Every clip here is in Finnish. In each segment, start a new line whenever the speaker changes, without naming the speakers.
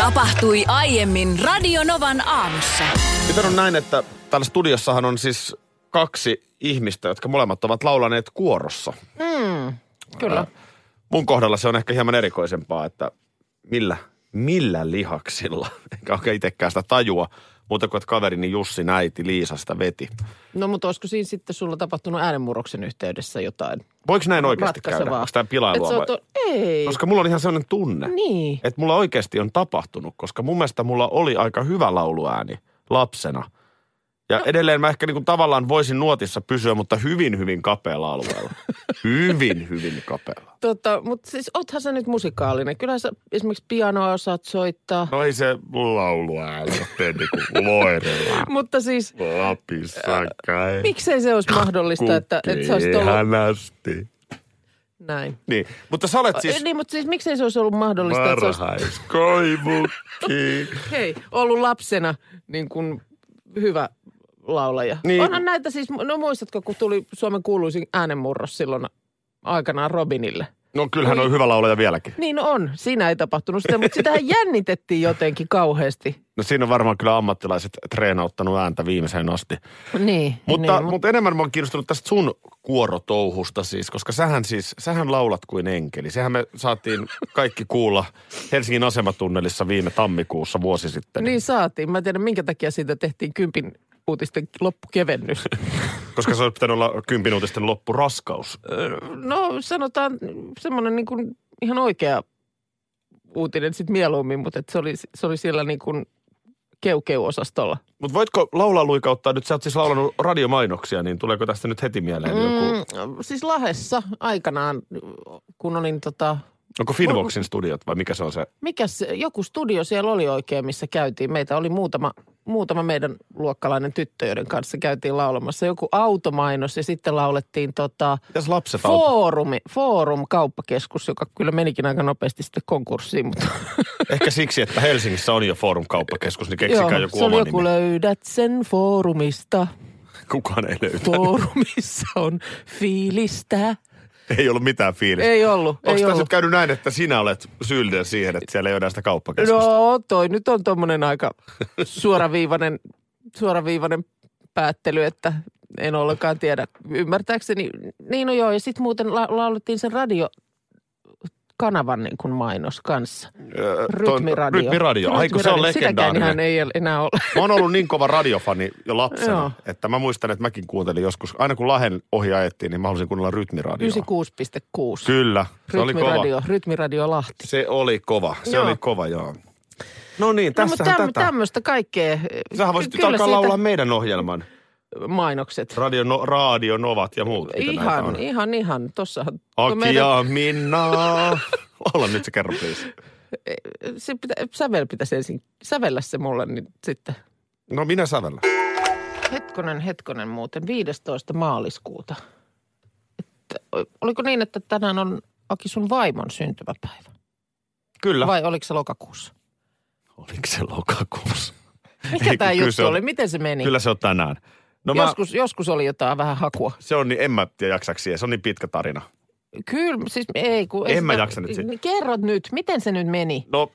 Tapahtui aiemmin Radionovan aamussa.
Nyt on Niin näin, että täällä studiossahan on siis kaksi ihmistä, jotka molemmat ovat laulaneet kuorossa.
Kyllä.
Mun kohdalla se on ehkä hieman erikoisempaa, että millä, millä lihaksilla, enkä oikein itsekään sitä tajua, muuta kuin että kaverini Jussin äiti Liisa sitä veti.
No mutta olisiko siinä sitten sulla tapahtunut äänenmurroksen yhteydessä jotain?
Voiko näin oikeasti käydä?
ratkaisevaa?
Onko tämä pilailua
Et sä
vai?
oot on- Niin. Ei.
Koska mulla on ihan sellainen tunne,
Niin.
että mulla oikeasti on tapahtunut, koska mun mielestä mulla oli aika hyvä lauluääni lapsena. Ja edelleen mä ehkä niin kuin tavallaan voisin nuotissa pysyä, mutta hyvin, hyvin kapealla alueella. hyvin, hyvin kapealla.
Tota, mutta siis oothan sä nyt musikaalinen. Kyllä sä esimerkiksi pianoa osaat soittaa.
No ei se lauluääni ole niin kuin loirella.
Mutta siis
Lapissa kai.
miksei se olisi mahdollista, että, että sä olisit ollut
Ihanasti.
näin.
Niin, mutta sä olet
Siis...
siis
Niin, mutta siis miksei se olisi ollut mahdollista, että sä olisit,
varhaiskoivukki.
hei, ollut lapsena niin kuin hyvä laulaja.
Niin.
Niin. Onhan näitä siis, no muistatko, kun tuli Suomen kuuluisin äänenmurros silloin aikanaan Robinille?
No kyllähän on hyvä laulaja vieläkin.
Niin no on, siinä ei tapahtunut sitä, mutta sitähän jännitettiin jotenkin kauheasti.
No siinä on varmaan kyllä ammattilaiset treenauttanut ääntä viimeiseen asti.
Niin,
Mutta,
niin,
niin, mutta enemmän mä oon kiinnostunut tästä sun kuorotouhusta siis, koska sähän siis, sähän laulat kuin enkeli. Sehän me saatiin kaikki kuulla Helsingin asematunnelissa viime tammikuussa vuosi sitten.
Niin saatiin. Mä en tiedä, minkä takia siitä tehtiin kympin uutisten loppukevennys.
Koska se olisi pitänyt olla kympin uutisten loppuraskaus.
Öö, no sanotaan semmoinen niin kuin ihan oikea uutinen sitten mieluummin, mutta et se, oli, se oli siellä niin kuin keukeu-osastolla.
Mutta voitko laulaa luikauttaa nyt, sä oot siis laulanut radiomainoksia, niin tuleeko tästä nyt heti mieleen mm. joku,
Mm, siis Lahessa aikanaan, kun olin tota,
onko Finvoxin studiot vai mikä se on se?
mikä se, joku studio siellä oli oikein, missä käytiin. Meitä oli muutama, muutama meidän luokkalainen tyttö, joiden kanssa käytiin laulamassa. Joku automainos ja sitten laulettiin tota,
Mitäs lapset auto?
Foorumi, Foorum kauppakeskus, joka kyllä menikin aika nopeasti sitten konkurssiin, mutta
Ehkä siksi, että Helsingissä on jo Forum kauppakeskus, niin keksikää
joo,
joku
se oli
oma
joku
nimi.
löydät sen foorumista.
Kukaan ei löytä.
Foorumissa on fiilistä.
Siis Ei ollut mitään fiilistä.
Ei ollut,
Onko
ei
tässä
ollut.
nyt käynyt näin, että sinä olet syyllinen siihen, että siellä ei ole sitä kauppakeskusta?
No toi nyt on tommonen aika suoraviivainen, suoraviivainen päättely, että en ollenkaan tiedä. Ymmärtääkseni, niin no joo, ja sitten muuten la- laulettiin sen radio kanavan niin kuin mainos kanssa.
Öö, toi-
Rytmiradio.
Rytmiradio. Ai kun se on
Sitäkään ihan
legendaarinen.
ei enää ole.
Mä oon ollut niin kova radiofani jo lapsena,
Joo.
että mä muistan, että mäkin kuuntelin joskus. Aina kun Lahen ohi ajettiin, niin mä halusin kuunnella rytmiradioa.
96,6.
Kyllä, se oli kova.
Rytmiradio, Rytmiradio Lahti. No,
Se oli kova, se
Joo.
oli kova, joo. No niin,
No, mutta
tässähän
täm,
tätä.
tämmöistä kaikkea.
Sähän voisit nyt alkaa
siitä
laulaa meidän ohjelman.
mainokset.
Radio, no, radio Novat ja muut. mitä näitä
Ihan,
on.
ihan, ihan. Tossahan
Aki
kun meidän-
ja Minna. Olla nyt se kerro, please.
se pitä, sävel pitäisi ensin sävellä se mulle nyt sitten.
No minä sävellä.
Hetkonen, hetkonen muuten, 15. maaliskuuta. Että, o- oliko niin, että tänään on Aki sun vaimon syntymäpäivä?
Kyllä.
Vai oliko se lokakuussa?
Oliko se lokakuussa? Ei,
Mikä
kun
tämä
kyllä se
juttu
on-
oli? Miten se meni?
Kyllä se on tänään. No mä,
Niin. joskus, joskus oli jotain vähän hakua.
se on niin, en mä tiedä jaksaksi siihen. Se on niin pitkä tarina.
Kyllä, siis ei kun...
En mä jaksa nyt siitä.
Kerrot nyt, miten se nyt meni?
No,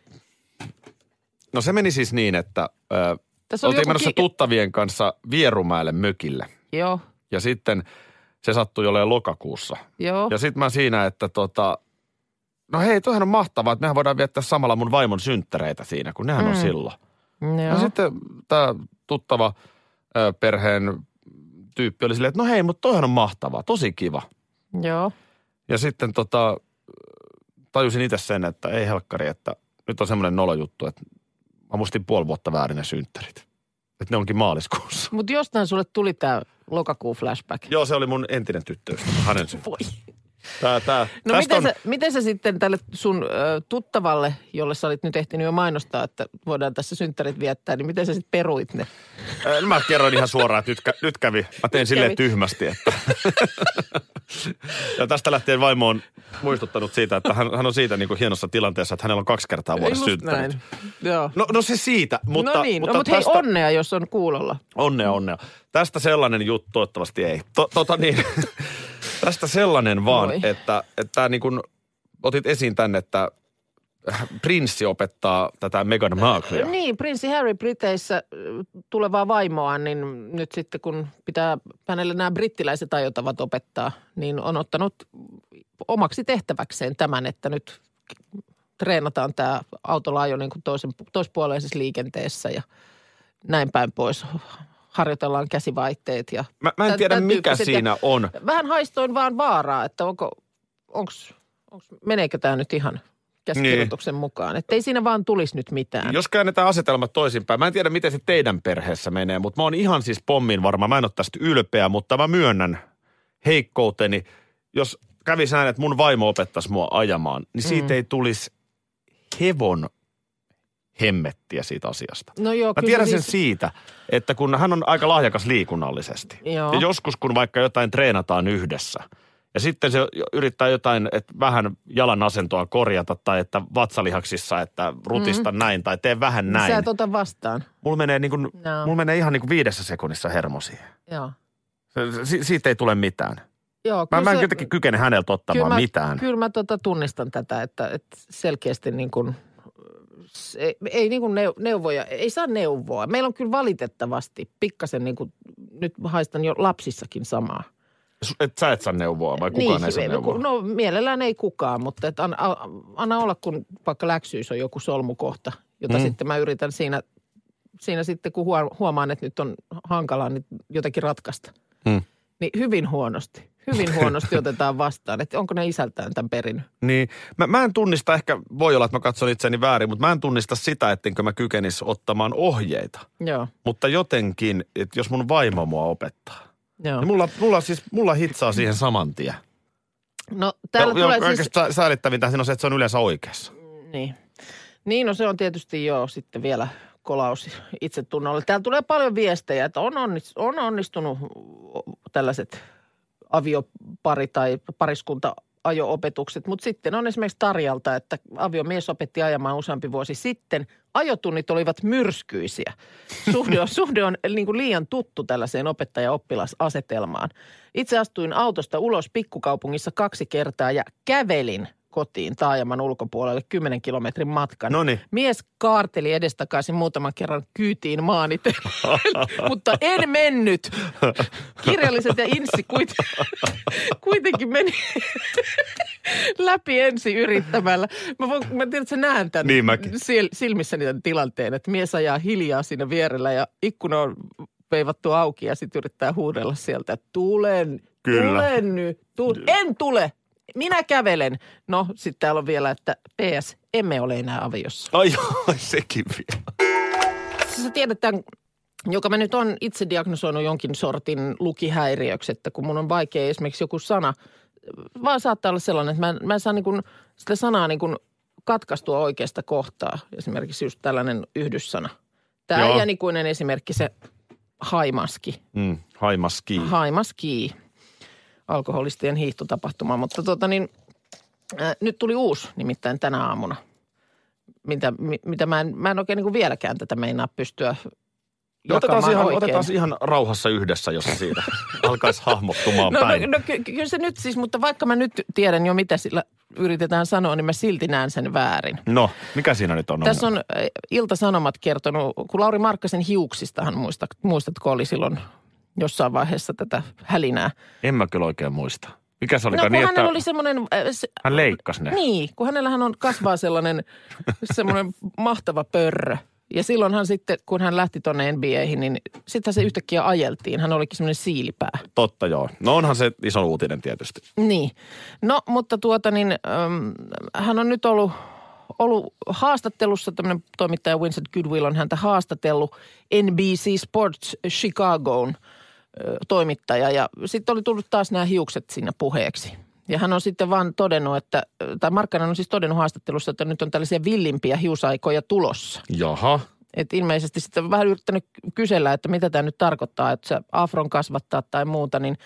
no se meni siis niin, että ö,
Tässä oli
oltiin
joku
menossa
ki-
tuttavien kanssa Vierumäelle mökille.
Joo,
Ja sitten se sattui olemaan lokakuussa.
joo.
Ja sitten mä siinä, että tota, no hei, toihan on mahtavaa, että mehän voidaan viettää samalla mun vaimon synttäreitä siinä, kun nehän on
Mm.
silloin.
joo.
No sitten tämä tuttava ö, perheen tyyppi oli silleen, että no hei, mutta toihan on mahtavaa, tosi kiva.
joo.
Ja sitten tota, tajusin itse sen, että ei helkkari, että nyt on semmoinen nolojuttu, että mä muistin puoli vuotta väärin ne synttärit. Että ne onkin maaliskuussa.
Mutta jostain sulle tuli tämä lokakuun flashback.
Joo, se oli mun entinen tyttöystävä, hänen synttärit.
Voi.
Tää, tää.
No
Tästä
miten,
on,
sä, miten sä sitten tälle sun ö, tuttavalle, jolle sä olit nyt ehtinyt jo mainostaa, että voidaan tässä synttärit viettää, niin miten sä sitten peruit ne?
Äh, Mä kerroin ihan suoraan, että nyt, kä- nyt kävi. Mä tein silleen
kävi.
tyhmästi, että... ja tästä lähtien vaimo on muistuttanut siitä, että hän, hän on siitä niin kuin hienossa tilanteessa, että hänellä on kaksi kertaa vuodessa
Just
synttärit.
näin. Joo.
No, no se siitä, mutta...
no niin,
mutta
no, mutta
tästä,
hei onnea, jos on kuulolla.
Onnea,
Mm.
onnea. Tästä sellainen juttu, toivottavasti ei. To, tota niin, tästä sellainen vaan,
Voi.
että, että tää niin kuin otit esiin tänne, että prinssi opettaa tätä Meghan Marklea.
Niin, prinssi Harry Briteissä ö, tulevaa vaimoaan, niin nyt sitten kun pitää hänelle nämä brittiläiset ajotavat opettaa, niin on ottanut omaksi tehtäväkseen tämän, että nyt treenataan tämä autolla ajo niin kuin toisen, toispuoleisessa liikenteessä ja näin päin pois. Harjoitellaan käsivaihteet ja
Mä, mä en
Tän-
tiedä,
tän
mikä
tyyppiset ja-
siinä on.
vähän haistoin vaan vaaraa, että onko, onks, onks, meneekö tämä nyt ihan käsikirjoituksen mukaan. Että ei siinä vaan tulisi nyt mitään.
Niin. Jos käännetään asetelmat toisinpäin, mä en tiedä miten se teidän perheessä menee, mutta mä oon ihan siis pommin varma. Mä en ole tästä ylpeä, mutta mä myönnän heikkouteni. Jos kävisi näin, että mun vaimo opettaisi mua ajamaan, niin siitä mm. ei tulisi hevon hemmettiä siitä asiasta.
No joo,
Mä
kyllä
tiedän sen
siis-
siitä, että kun hän on aika lahjakas liikunnallisesti.
Joo.
Ja joskus kun vaikka jotain treenataan yhdessä, ja sitten se yrittää jotain, että vähän jalan asentoa korjata tai että vatsalihaksissa, että rutista mm. näin tai tee vähän
Mhm. Sä
näin.
et ota vastaan.
Mulla menee, niin kuin,
No.
mulla menee ihan niin kuin viidessä sekunnissa hermo siihen.
Joo.
Se- Si- siitä ei tule mitään.
Joo,
Mä,
kyllä
mä en
No se-
jotenkin kykene häneltä ottamaan
kyllä mä,
mitään.
Kyllä mä tota tunnistan tätä, että, että selkeästi niin kuin, se- ei, ei niin kuin neu- neuvoja, ei saa neuvoa. Meillä on kyllä valitettavasti pikkasen niin kuin, nyt haistan jo lapsissakin samaa.
Su- Et sä et saa neuvoa vai kukaan ei saa
ei-
neuvoa?
No mielellään ei kukaan, mutta et anna, a- anna olla, kun vaikka läksyys on joku solmukohta, jota
Mm.
sitten mä yritän siinä, siinä sitten, kun huo- huomaan, että nyt on hankalaa, niin jotakin ratkaista.
Mm.
Niin hyvin huonosti, hyvin huonosti otetaan vastaan, että onko ne isältään tämän perinnyt.
Niin, mä, mä en tunnista, ehkä voi olla, että mä katson itseni väärin, mutta mä en tunnista sitä, ettenkö mä kykenisi ottamaan ohjeita.
Joo,
Mutta jotenkin, että jos mun vaimo mua opettaa,
joo.
niin mulla, mulla siis, mulla hitsaa siihen saman tien.
No täällä
ja,
tulee
ja
siis...
siis... säädettävintä siinä on se, että se on yleensä oikeassa.
Niin. Niin, no se on tietysti joo sitten vielä kolaus itsetunnolle. Täällä tulee paljon viestejä, että on, onnis- on onnistunut tällaiset aviopari- tai pariskunta ajo-opetukset, mutta sitten on esimerkiksi Tarjalta, että aviomies opetti ajamaan useampi vuosi sitten. Ajotunnit olivat myrskyisiä. Suhde on, suhde on niin kuin liian tuttu tällaiseen opettaja-oppilasasetelmaan. Itse astuin autosta ulos pikkukaupungissa kaksi kertaa ja kävelin kotiin taajaman ulkopuolelle 10 kilometrin matkan.
Noniin.
Mies kaarteli edestakaisin muutaman kerran kyytiin maanite, mutta en mennyt. Kirjalliset ja insi kuiten, kuitenkin meni läpi ensi yrittämällä. Mä, voin, mä tiedän, että sä näen tämän
Niin mäkin.
sil, silmissäni tämän tilanteen, että mies ajaa hiljaa siinä vierellä ja ikkuna on veivattu auki ja sitten yrittää huudella sieltä, että tulen,
Kyllä.
tulen nyt, tu- en tule, minä kävelen. No, sitten täällä on vielä, että PS, emme ole enää aviossa.
Ai joo, sekin vielä.
Sä tiedät tämän, joka mä nyt on itse diagnosoinut jonkin sortin lukihäiriöksi, että kun mun on vaikea esimerkiksi joku sana, vaan saattaa olla sellainen, että mä en, mä en saa niin kuin sitä sanaa niin kuin katkaistua oikeasta kohtaa. Esimerkiksi just tällainen yhdyssana. Tämä
Joo.
äijänikuinen esimerkki, se haimaski.
Mm, haimaski. Ha-
Haimaski, alkoholistien hiihtotapahtuma. Mutta tota niin, äh, nyt tuli uusi nimittäin tänä aamuna, mitä, mi- mitä mä, en, mä en oikein niin kuin vieläkään tätä meinaa pystyä
otetaan,
jakamaan
ihan,
oikein.
otetaan ihan rauhassa yhdessä, jos se siitä alkaisi hahmottumaan
No, no,
päin.
no ky- kyllä se nyt siis, mutta vaikka mä nyt tiedän jo mitä sillä yritetään sanoa, niin mä silti näen sen väärin.
no, mikä siinä nyt on?
Tässä on äh, Ilta-Sanomat kertonut, kun Lauri Markkasen hiuksistahan muistat, muistatko oli silloin jossain vaiheessa tätä hälinää.
En mä kyllä oikein muista. Mikä se
No
oli?
kun
niin,
hänellä
että
oli semmoinen, äh, se,
hän leikkasi ne.
Niin, kun hänellähän on kasvaa sellainen, semmoinen mahtava pörrö. Ja silloinhan sitten, kun hän lähti tuonne NBAihin, niin sittenhän se yhtäkkiä ajeltiin. Hän olikin semmoinen siilipää.
Totta joo. No onhan se iso uutinen tietysti.
Niin. No, mutta tuota niin, äm, hän on nyt ollut, ollut haastattelussa, tämmöinen toimittaja Vincent Goodwill on häntä haastatellut, NBC Sports äh, Chicagoon ö, toimittaja. Ja sitten oli tullut taas nämä hiukset siinä puheeksi. Ja hän on sitten vaan todennut, että, tai Markkanen on siis todennut haastattelussa, että nyt on tällaisia villimpiä hiusaikoja tulossa.
Jaha.
Et ilmeisesti sitten vähän yrittänyt kysellä, että mitä tämä nyt tarkoittaa, että sä afron kasvattaa tai muuta, niin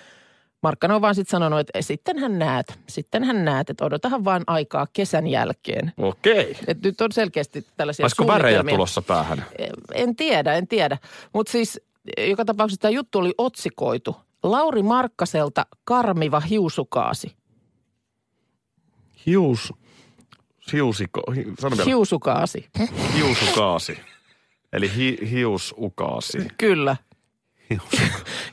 Markkanen on vaan sitten sanonut, että sittenhän näet, sittenhän näet, että odotahan vaan aikaa kesän jälkeen.
Okei.
Et nyt on selkeästi tällaisia
Olisiko värejä
suunnitelmia.
tulossa päähän?
En tiedä, en tiedä. Mutta siis joka tapauksessa tämä juttu oli otsikoitu. Lauri Markkaselta karmiva hiusukaasi.
No Hius. Hiusiko. hi- Sano vielä.
Hiusukaasi,
Hiusukaasi. Eli hi, hiusukaasi.
kyllä.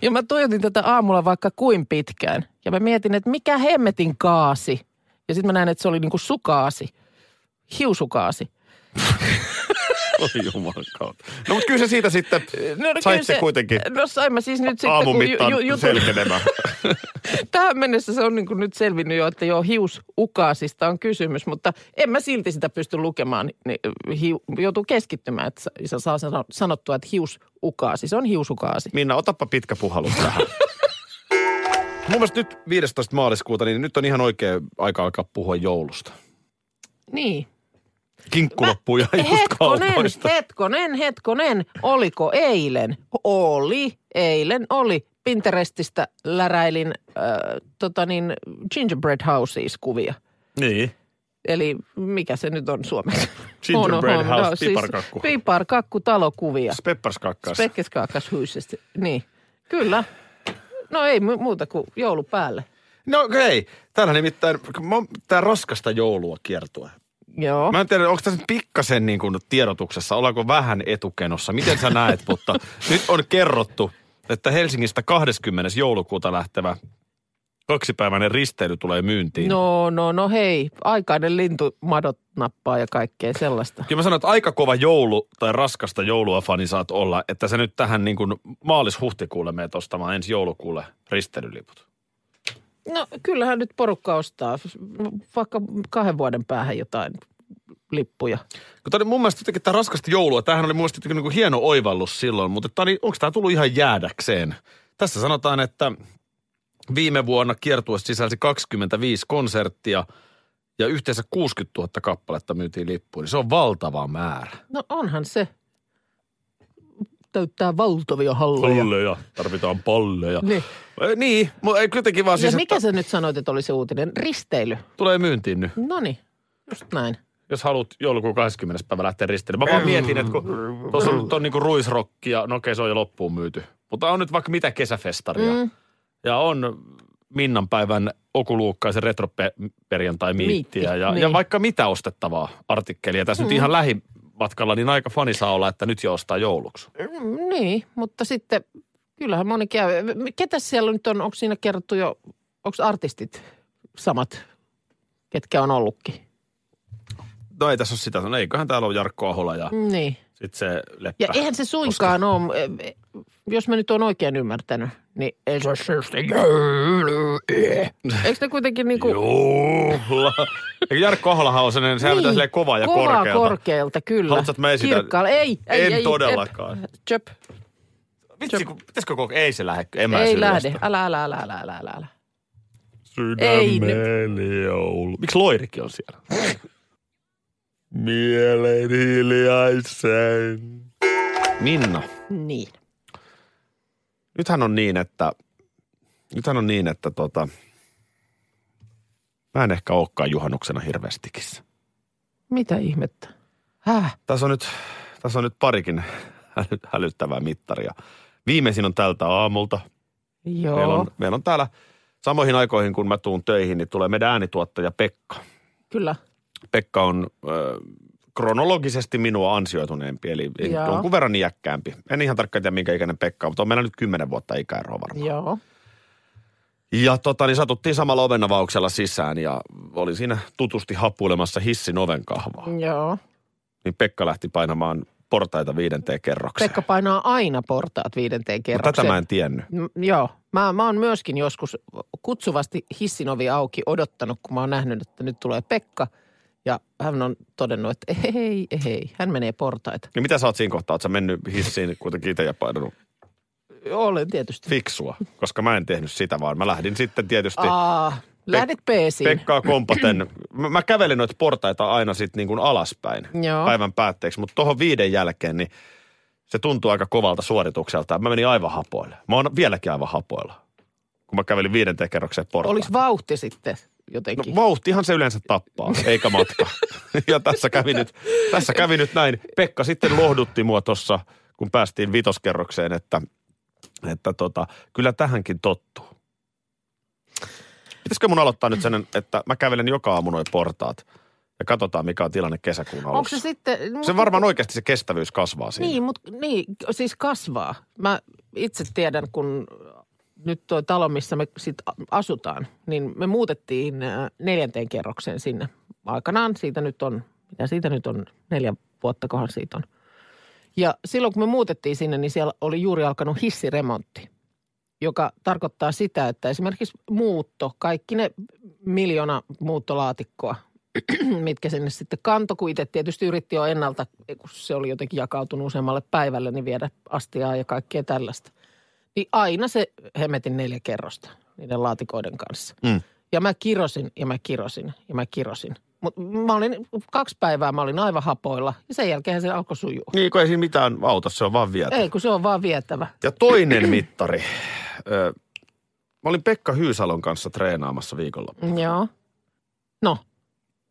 ja mä tuijotin tätä aamulla vaikka kuin pitkään. Ja mä mietin, että mikä hemmetin kaasi. Ja sitten mä näin, että se oli niinku sukaasi. Hiusukaasi.
Oi jumalan kautta. No mutta kyllä se siitä sitten, no,
kyllä
sait se kuitenkin
No sain mä siis nyt sitten,
aamun
kun ju,
mittaan
ju,
ju,
jutun-
selkenemään.
Tähän mennessä se on niin kuin nyt selvinnyt jo, että joo, hiusukaasista on kysymys, mutta en mä silti sitä pysty lukemaan. Niin hiu, joutuu keskittymään, että sa- saa sano- sanottua, että hiusukaasi, se on hiusukaasi.
Minna, otappa pitkä puhalu tähän. Mun mielestä nyt 15. maaliskuuta, niin nyt on ihan oikea aika alkaa puhua joulusta.
Niin.
Kinkku loppuu ja just
Hetkonen,
kaupoista.
hetkonen, hetkonen. Oliko eilen? Oli, eilen oli. Pinterestistä läräilin äh, tota niin, gingerbread houses kuvia.
Niin.
Eli mikä se nyt on suomeksi?
Gingerbread
Huono
house,
homma. No, siis
piparkakku.
Piparkakku, talokuvia.
Spepperskakkas.
Spekkeskaakas huisesti. Niin, kyllä. No ei mu- muuta kuin joulu päälle.
No hei, täällä nimittäin, mä oon- tää raskasta joulua kiertue.
Joo.
Oh. Mä en tiedä, onko tässä nyt pikkasen niin kuin tiedotuksessa, ollaanko vähän etukenossa, miten sä näet, mutta nyt on kerrottu, että Helsingistä 20. joulukuuta lähtevä kaksipäiväinen risteily tulee myyntiin.
No, no, no hei. Aikainen lintu madot nappaa ja kaikkea sellaista.
Kyllä mä sanon, että aika kova joulu tai raskasta joulua fani saat olla, että sä nyt tähän niin kuin maalis-huhtikuulle meet ostamaan ensi joulukuulle ristelyliput.
No kyllähän nyt porukka ostaa vaikka kahden vuoden päähän jotain lippuja.
Kun tää oli mun mielestä jotenkin tämä raskasta joulua, tämähän oli mun mielestä jotenkin niin kuin hieno oivallus silloin, mutta tää oli, onko tämä tullut ihan jäädäkseen? Tässä sanotaan, että viime vuonna kiertue sisälsi 25 konserttia ja yhteensä 60 000 kappaletta myytiin lippuja. Niin se on valtava määrä.
No onhan se. Täyttää valtavia halleja.
tarvitaan palleja.
Niin.
Eh, Niin, mutta ei kuitenkin vaan
Ja
siis,
mikä
että
sä nyt sanoit, että oli se uutinen? Risteily.
tulee myyntiin nyt.
No niin, just näin.
jos haluat joulukuun 20. päivä lähteä risteilemään. Mä vaan mietin, että kun tuossa on, nyt on niinku ruisrokki ja no okei, se on jo loppuun myyty. Mutta on nyt vaikka mitä kesäfestaria. Mm. Ja on Minnan päivän okuluukkaisen retroperjantai miittiä
Miitti,
ja,
niin.
ja vaikka mitä ostettavaa artikkelia. Tässä mm. nyt ihan lähimatkalla, niin aika fani saa olla, että nyt jo ostaa jouluksi.
Mm, Niin, mutta sitten kyllähän moni käy. Ketä siellä nyt on, onko siinä kerrottu jo, onko artistit samat, ketkä on ollutkin?
No ei tässä ole sitä, no eiköhän täällä ole Jarkko Ahola ja
Mm, Niin.
sitten se Leppä.
Ja eihän se suinkaan ole, e, jos mä nyt oon oikein ymmärtänyt, niin ei se ole syystä. Eikö ne kuitenkin niin kuin...
Juhla. Eikö Jarkko Aholahan on sellainen, sehän niin, silleen kovaa ja
kovaa
korkealta.
korkealta, kyllä.
Haluatko, että mä esitän?
Kirkkaalla. Ei, ei,
En
ei.
todellakaan.
Ep, Chöp.
Vitsi, kun, pitäisikö koko... Ei se lähde, en mä
Ei
syyllistä.
lähde. Älä, älä, älä, älä, älä, älä. Ei
Sydämeni joulu. Miksi Loirikin on siellä? Mielen hiljaisen. Minna,
Niin.
nythän on niin, että... Nythän on niin, että tota... Mä en ehkä olekaan juhannuksena hirveästikissä.
Mitä ihmettä? Häh?
Tässä on nyt, tässä on nyt parikin häly, hälyttävää mittaria. Viimeisin on tältä aamulta.
Joo.
Meillä on, meillä on täällä samoihin aikoihin, kun mä tuun töihin, niin tulee meidän äänituottaja Pekka.
Kyllä.
Pekka on ö, kronologisesti minua ansioituneempi, eli eli
Joo.
jonkun verran iäkkäämpi. En ihan tarkkaan tiedä, minkä ikäinen Pekka on, mutta on meillä nyt 10 vuotta ikäeroa varmaan.
Joo.
Ja tota, niin satuttiin samalla ovenavauksella sisään ja olin siinä tutusti hapuilemassa hissin oven kahvaa.
Joo.
Niin Pekka lähti painamaan portaita viidenteen kerrokseen.
Pekka painaa aina portaat viidenteen
Mutta
kerrokseen.
tätä mä en tiennyt.
M- joo. Mä, mä oon myöskin joskus kutsuvasti hissinovi auki odottanut, kun mä oon nähnyt, että nyt tulee Pekka. Ja hän on todennut, että hei, hei, hän menee portaita.
Niin mitä sä oot siinä kohtaa? Oot sä mennyt hissiin kuitenkin itse ja painanut
Olen tietysti.
fiksua? Koska mä en tehnyt sitä, vaan mä lähdin sitten tietysti...
Aa, Lähdet peesiin.
Pekkaa kompaten. Mä, mä kävelin noita portaita aina sitten niin kuin alaspäin
Joo.
päivän päätteeksi, mutta tuohon viiden jälkeen niin se tuntuu aika kovalta suoritukselta. Mä menin aivan hapoille. Mä oon vieläkin aivan hapoilla, kun mä kävelin viidenteen kerrokseen portaita.
Oliko vauhti sitten
No
jotenkin?
vauhtihan se yleensä tappaa, eikä matka. ja tässä kävi, nyt, tässä kävi nyt näin. Pekka sitten lohdutti mua tuossa, kun päästiin vitoskerrokseen, että, että tota, kyllä tähänkin tottuu. Pitäisikö mun aloittaa nyt sen, että mä kävelen joka aamu noin portaat ja katsotaan, mikä on tilanne kesäkuun
Onko
alussa.
se sitten... no,
Se varmaan oikeasti se kestävyys kasvaa siinä.
Niin, mutta niin, siis kasvaa. Mä itse tiedän, kun nyt tuo talo, missä me sit asutaan, niin me muutettiin ää, neljänteen kerrokseen sinne aikanaan. Siitä nyt on, mitä siitä nyt on, neljä vuotta kohan siitä on. Ja silloin kun me muutettiin sinne, niin siellä oli juuri alkanut hissiremontti, joka tarkoittaa sitä, että esimerkiksi muutto, kaikki ne miljoona muuttolaatikkoa, mitkä sinne sitten kanto, kun itse tietysti yritti jo ennalta, eh, kun se oli jotenkin jakautunut useammalle päivälle, niin viedä astiaa ja kaikkea tällaista. Niin aina se hemetin neljä kerrosta niiden laatikoiden kanssa.
Mm.
Ja mä kirosin ja mä kirosin ja mä kirosin. Mutta mä olin, kaksi päivää mä olin aivan hapoilla ja sen jälkeen se alkoi sujua.
Niin, kun ei siinä mitään auta, se on vaan vietä.
Ei, kun se on vaan vietävä.
Ja toinen mittari. Ö, mä olin Pekka Hyysalon kanssa treenaamassa viikolla.
Joo. No,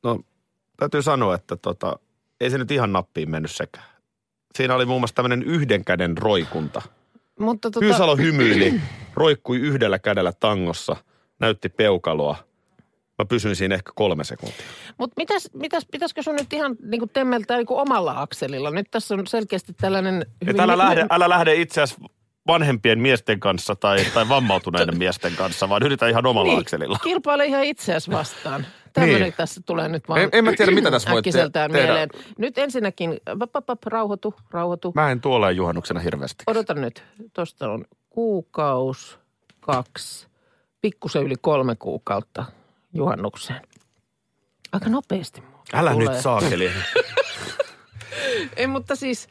No, täytyy sanoa, että tota, ei se nyt ihan nappiin mennyt sekään. Siinä oli muun muassa tämmöinen yhden käden roikunta.
mutta tota...
Tota... Hyysalo hymyili, roikkui yhdellä kädellä tangossa, näytti peukaloa. Mä pysyin siinä ehkä kolme sekuntia.
Mutta mitäs, mitäs, pitäisikö sun nyt ihan niin kuin temmeltää niin kuin omalla akselilla? Nyt tässä on selkeästi tällainen...
Et älä, lähde, älä lähde itse asiassa vanhempien miesten kanssa tai, tai vammautuneiden miesten kanssa, vaan yritä ihan omalla
Niin,
niin. akselilla.
Kilpaile ihan itseäsi vastaan. Tämmöinen
Niin.
tässä tulee nyt vaan
En- en mä tiedä, mitä tässä voi te-
äkkiseltään
tehdä.
mieleen. Nyt ensinnäkin, pap, pap, pap, rauhoitu, rauhoitu.
Mä en tuolla juhannuksena hirveästi.
Odotan nyt. Tuosta on kuukaus, kaksi, pikkusen yli kolme kuukautta juhannukseen. Aika nopeasti. muuten
Älä
tulee.
nyt saakeli.
Ei, mutta siis...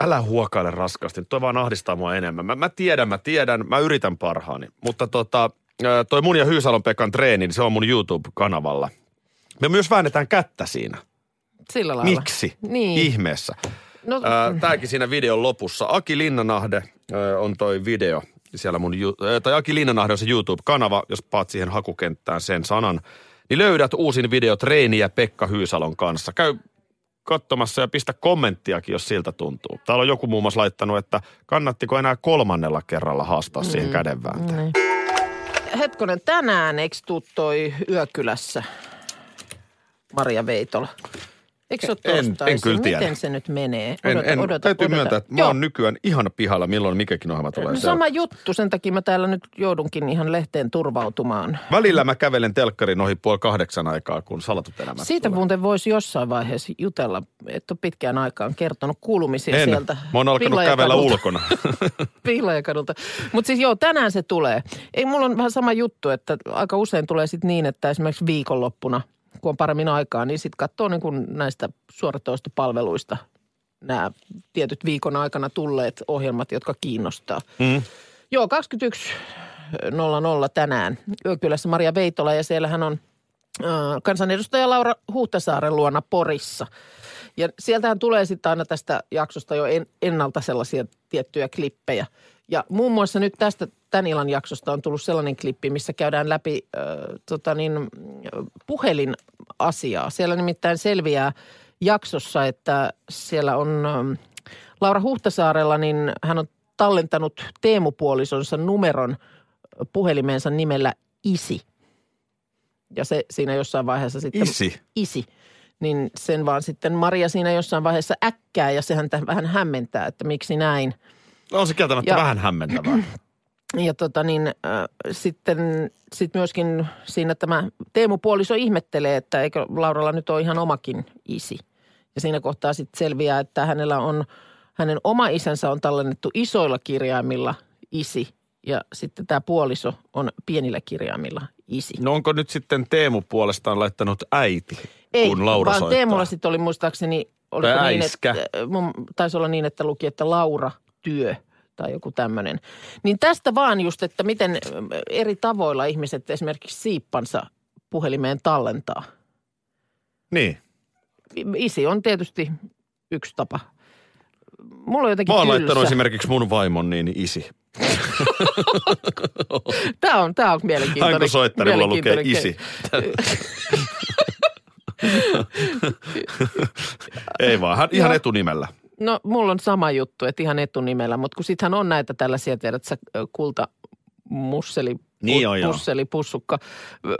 Älä huokaile raskaasti, toi vaan ahdistaa mua enemmän. Mä, mä tiedän, mä tiedän, mä yritän parhaani. Mutta tota, ö, toi mun ja Hyysalon Pekan treeni, niin se on mun YouTube-kanavalla. Me myös väännetään kättä siinä.
Sillä lailla.
Miksi?
Niin.
Ihmeessä.
No,
Ö, Tääkin siinä videon lopussa. Aki Linnanahde ö, on toi video. Siellä mun, ju- ö, tai Aki Linnanahde on se YouTube-kanava, jos paat siihen hakukenttään sen sanan. Niin löydät uusin video treeniä Pekka Hyysalon kanssa. Käy katsomassa ja pistä kommenttiakin, jos siltä tuntuu. Täällä on joku muun muassa laittanut, että kannattiko enää kolmannella kerralla haastaa mm. siihen kädenvääntöön. Mm.
Hetkonen, tänään eikö tuu toi Yökylässä Maria Veitola? Eikö se ole
En- en
torstaisin?
kyllä tiedä.
Miten se nyt menee?
En, en, täytyy
odota.
myöntää, että mä
Joo,
oon nykyään ihan pihalla, milloin mikäkin ohjelma tulee.
no
seuraavaksi.
sama juttu, sen takia mä täällä nyt joudunkin ihan lehteen turvautumaan.
Välillä mä kävelen telkkarin ohi puoli kahdeksan aikaa, kun salatut elämät
Siitä
tulee.
muuten voisi jossain vaiheessa jutella, et ole pitkään aikaan kertonut kuulumisia
en.
sieltä.
Mä oon alkanut kävellä
Pihlajakadulta.
ulkona.
Pihlajakadulta. Mutta siis joo, tänään se tulee. Ei, mulla on vähän sama juttu, että aika usein tulee sitten niin, että esimerkiksi viikonloppuna, kun on paremmin aikaa, niin sitten katsoo niin kun näistä suoratoistopalveluista nämä tietyt viikon aikana tulleet ohjelmat, jotka kiinnostaa.
Mm.
Joo, 21.00 tänään Yökylässä Maria Veitola ja siellähän on ö, kansanedustaja Laura Huhtasaaren luona Porissa. Ja sieltähän tulee sitten aina tästä jaksosta jo en, ennalta sellaisia tiettyjä klippejä. Ja muun muassa nyt tästä tämän illan jaksosta on tullut sellainen klippi, missä käydään läpi äh, tota niin, mm, puhelin asiaa. Siellä nimittäin selviää jaksossa, että siellä on ähm, Laura Huhtasaarella, niin hän on tallentanut teemupuolisonsa numeron puhelimeensa nimellä Isi. Ja se siinä jossain vaiheessa sitten...
Isi.
Isi. Niin sen vaan sitten Maria siinä jossain vaiheessa äkkää ja sehän tämän vähän hämmentää, että miksi näin.
No On se kieltämättä
Ja-
vähän hämmentävää.
Ja tota niin, äh, sitten sit myöskin siinä tämä Teemu Puoliso ihmettelee, että eikö Lauralla nyt ole ihan omakin isi. Ja siinä kohtaa sitten selviää, että hänellä on, hänen oma isänsä on tallennettu isoilla kirjaimilla isi. Ja sitten tämä puoliso on pienillä kirjaimilla isi.
No onko nyt sitten Teemu puolestaan laittanut äiti,
Ei,
kun Laura
vaan
soittaa?
Teemulla sitten oli muistaakseni, oliko
Tai
niin,
äiskä.
että, mun taisi olla niin, että luki, että Laura työ tai joku tämmöinen. Niin tästä vaan just, että miten ö, eri tavoilla ihmiset esimerkiksi siippansa puhelimeen tallentaa.
Niin.
Isi on tietysti yksi tapa. Mulla on jotenkin
Mä oon
tylsä.
laittanut esimerkiksi mun vaimon niin isi.
Tämä on, tämä on mielenkiintoinen.
Aina kun soittaa, niin mulla lukee
mielenkiintoinen
isi. Ei vaan, hän, ihan
Joo.
etunimellä.
No mulla on sama juttu, että ihan etunimellä, mutta kun sittenhän on näitä tällaisia, tiedät sä, ö, kulta musseli,
Niin
pu-
on, joo.
pusseli, pussukka.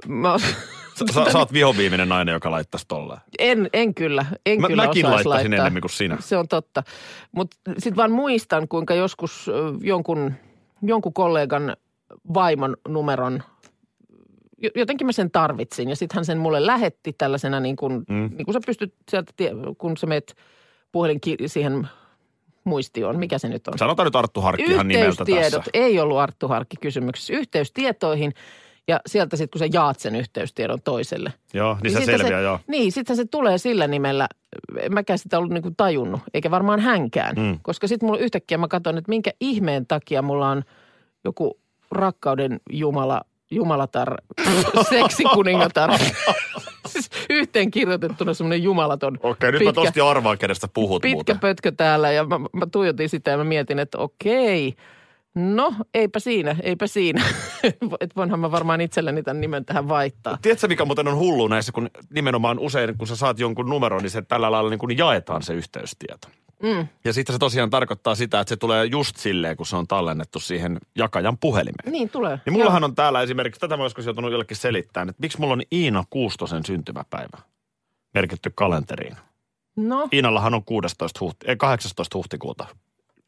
Mä, oon-
Sä, sä oot vihoviimeinen nainen, joka laittaisi tolleen.
en, en kyllä, en
Mä-
kyllä
mäkin
osais
laittaisin
laittaa.
ennemmin kuin sinä.
Se on totta. Mutta sitten vaan muistan, kuinka joskus ö, jonkun, jonkun kollegan vaimon numeron jo- jotenkin mä sen tarvitsin. Ja sitten hän sen mulle lähetti tällaisena niin kuin, mm. niin kuin sä pystyt sieltä, tie- kun sä meet puhelin ki- siihen muistioon, mikä se nyt on?
Sanotaan nyt Arttu Harkki ihan nimeltä tässä.
Yhteystiedot, ei ollut Arttu Harkki kysymyksessä, yhteystietoihin ja sieltä sitten kun sä jaat sen yhteystiedon toiselle.
Joo, niin, se
sitten
selviää, joo.
Niin, sitten se tulee sillä nimellä, en mäkään sitä ollut niinku tajunnut, eikä varmaan hänkään.
Mm.
Mm. Koska sitten mulla yhtäkkiä mä katson, että minkä ihmeen takia mulla on joku rakkauden jumala, jumalatar, seksikuningatar. siis yhteen kirjoitettuna semmoinen jumalaton
Okei, nyt
pitkä,
mä tosti jo arvaan, kenestä puhut
pitkä
muuten.
pötkö täällä ja mä, mä tuijotin sitä ja mä mietin, että okei, no eipä siinä, eipä siinä. että voinhan mä varmaan itselleni tämän nimen tähän vaihtaa.
Tiedätkö, mikä muuten on hullu näissä, kun nimenomaan usein, kun sä saat jonkun numeron, niin se tällä lailla niin kuin jaetaan se yhteystieto.
Mm.
Ja sitten se tosiaan tarkoittaa sitä, että se tulee just silleen, kun se on tallennettu siihen jakajan puhelimeen.
Niin tulee.
Niin mullahan on täällä esimerkiksi, tätä mä oon joskus joutunut jollekin selittämään, että miksi mulla on Iina Kuustosen syntymäpäivä merkitty kalenteriin.
No,
Iinallahan on 16 huhti, ei, 18 huhtikuuta,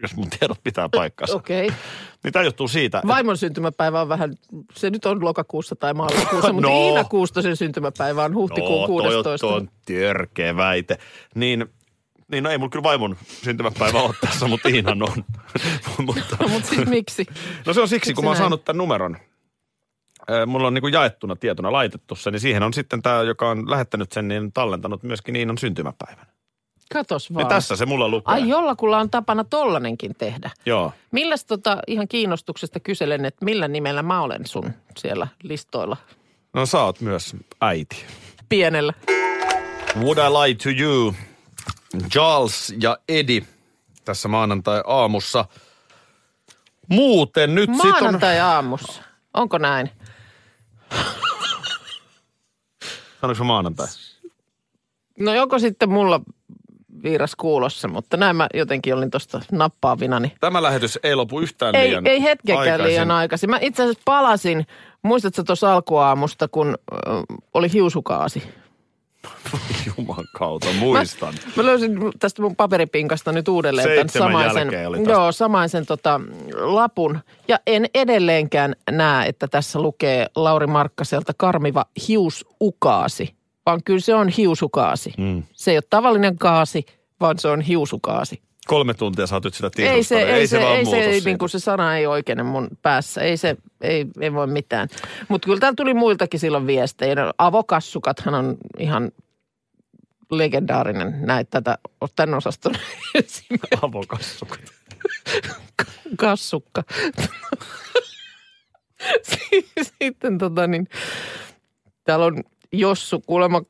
jos mun tiedot pitää paikkansa. okay.
okei. Okay.
Niin tämä johtuu siitä, että
Vaimon syntymäpäivä on vähän, se nyt on lokakuussa tai maaliskuussa, mutta
No.
Iina Kuustosen syntymäpäivä on huhtikuun
Joo,
16.
Toi on- toi on törkeä väite. Niin, niin no ei mulla kyllä vaimon syntymäpäivä ole tässä, mutta Iinan on. mutta,
Mutta siis miksi?
no se on siksi, kun mä oon
näin?
saanut tämän numeron. Ö, Mulla on niin kuin jaettuna tietona laitettu se, niin siihen on sitten tämä, joka on lähettänyt sen, niin tallentanut myöskin Iinan syntymäpäivän.
Katos vaan.
Niin tässä se mulla lukee.
Ai jollakulla on tapana tollanenkin tehdä.
Joo.
Milläs tota, ihan kiinnostuksesta kyselen, että millä nimellä mä olen sun siellä listoilla?
No sä oot myös äiti.
Pienellä.
Would I Lie to You, Charles ja Edi tässä maanantai-aamussa. Muuten nyt sit on...
Maanantai-aamussa. Onko näin?
Sanoinko mä maanantai?
No joko sitten mulla viiras kuulossa, mutta näin mä jotenkin olin niin tuosta nappaavinani.
Tämä lähetys ei lopu yhtään
Ei,
liian
ei hetkenkään
aikaisin.
liian aikaisin. Mä itse asiassa palasin, muistatko tuossa alkuaamusta, kun äh, oli hiusukaasi?
Juman kautta, muistan. Mä...
Mä löysin tästä mun paperipinkasta nyt uudelleen
Seitsemän
samaisen,
jälkeen oli tästä.
joo, samaisen tota, lapun. Ja en edelleenkään näe, että tässä lukee Lauri Markkaselta karmiva hiusukaasi, vaan kyllä se on hiusukaasi.
Mm.
Se ei ole tavallinen kaasi, vaan se on hiusukaasi.
Kolme tuntia sä oot nyt sitä
Ei se,
tiedostanut.
ei, se,
vaan
ei
muutu
se, ei,
siitä.
niin kuin se sana ei oikeene mun päässä. Ei se, ei, ei voi mitään. Mutta kyllä täällä tuli muiltakin silloin viestejä. No, Avokassukathan on ihan legendaarinen näitä tätä, tämän osaston esimerkki.
Avokassukat.
kassukka. Si- Sitten tota niin, täällä on Jossu kuulemma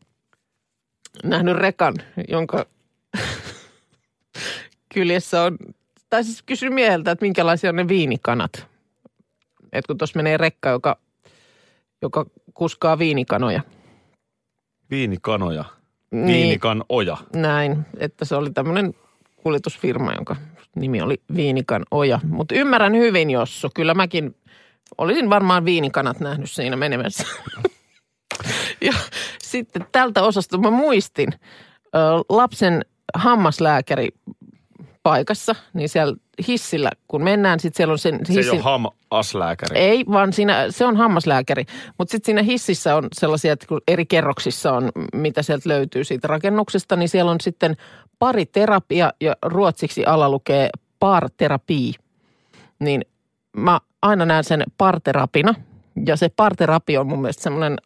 nähnyt rekan, jonka kyljessä on, tai siis kysy mieheltä, että minkälaisia on ne viinikanat. Et kun tuossa menee rekka, joka, joka kuskaa viinikanoja.
Viinikanoja.
Niin.
Viinikan oja.
Näin, että se oli tämmöinen kuljetusfirma, jonka nimi oli Viinikan Oja. Mutta ymmärrän hyvin, Jossu. Kyllä mäkin olisin varmaan viinikanat nähnyt siinä menemässä. ja sitten tältä osasta mä muistin ö, lapsen hammaslääkäri paikassa, niin siellä hissillä, kun mennään, sitten siellä on sen
Se ei
hissin...
ole ham-aslääkäri.
Ei, vaan siinä, se on hammaslääkäri. Mutta sitten siinä hississä on sellaisia, että kun eri kerroksissa on, mitä sieltä löytyy siitä rakennuksesta, niin siellä on sitten pari terapia ja ruotsiksi ala lukee parterapii. Niin mä aina näen sen parterapina ja se parterapi on mun mielestä semmoinen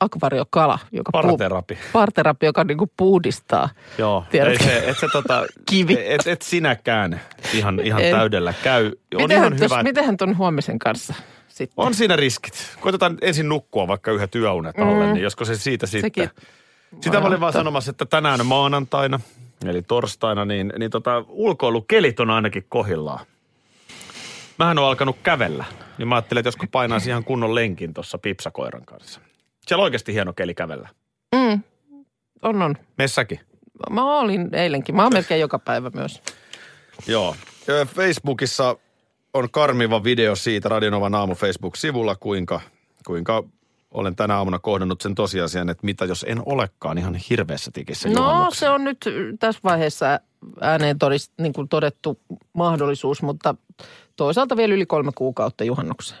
akvariokala, joka
Paraterapi.
parterapi, joka niinku puhdistaa.
Joo, ei
Tiedätkö?
se, et se tota,
Kivi.
Et, et sinäkään ihan, ihan
En.
täydellä käy. On ihan
Mitenhän,
hyvä,
tos,
että
mitenhän ton huomisen kanssa sitten?
on siinä riskit. Koitetaan ensin nukkua vaikka yhdet yöunet alle, niin josko se siitä sitten.
Sekin
Sitä mä olin vaan
auttaa.
sanomassa, että tänään maanantaina, eli torstaina, niin, niin tota, ulkoilukelit on ainakin kohillaan. Mähän on alkanut kävellä, niin mä ajattelin, että josko painaisi ihan kunnon lenkin tuossa pipsakoiran kanssa. Siellä on oikeasti hieno keli kävellä.
Mm, on, on.
Messäkin.
Mä olin eilenkin. Mä oon melkein joka päivä myös.
Joo. Ö, Facebookissa on karmiva video siitä Radionovan aamu Facebook-sivulla, kuinka, kuinka olen tänä aamuna kohdannut sen tosiasian, että mitä jos en olekaan ihan hirveässä tikissä
No
juhannuksena.
se on nyt tässä vaiheessa ääneen todist, niin kuin todettu mahdollisuus, mutta toisaalta vielä yli kolme kuukautta juhannukseen.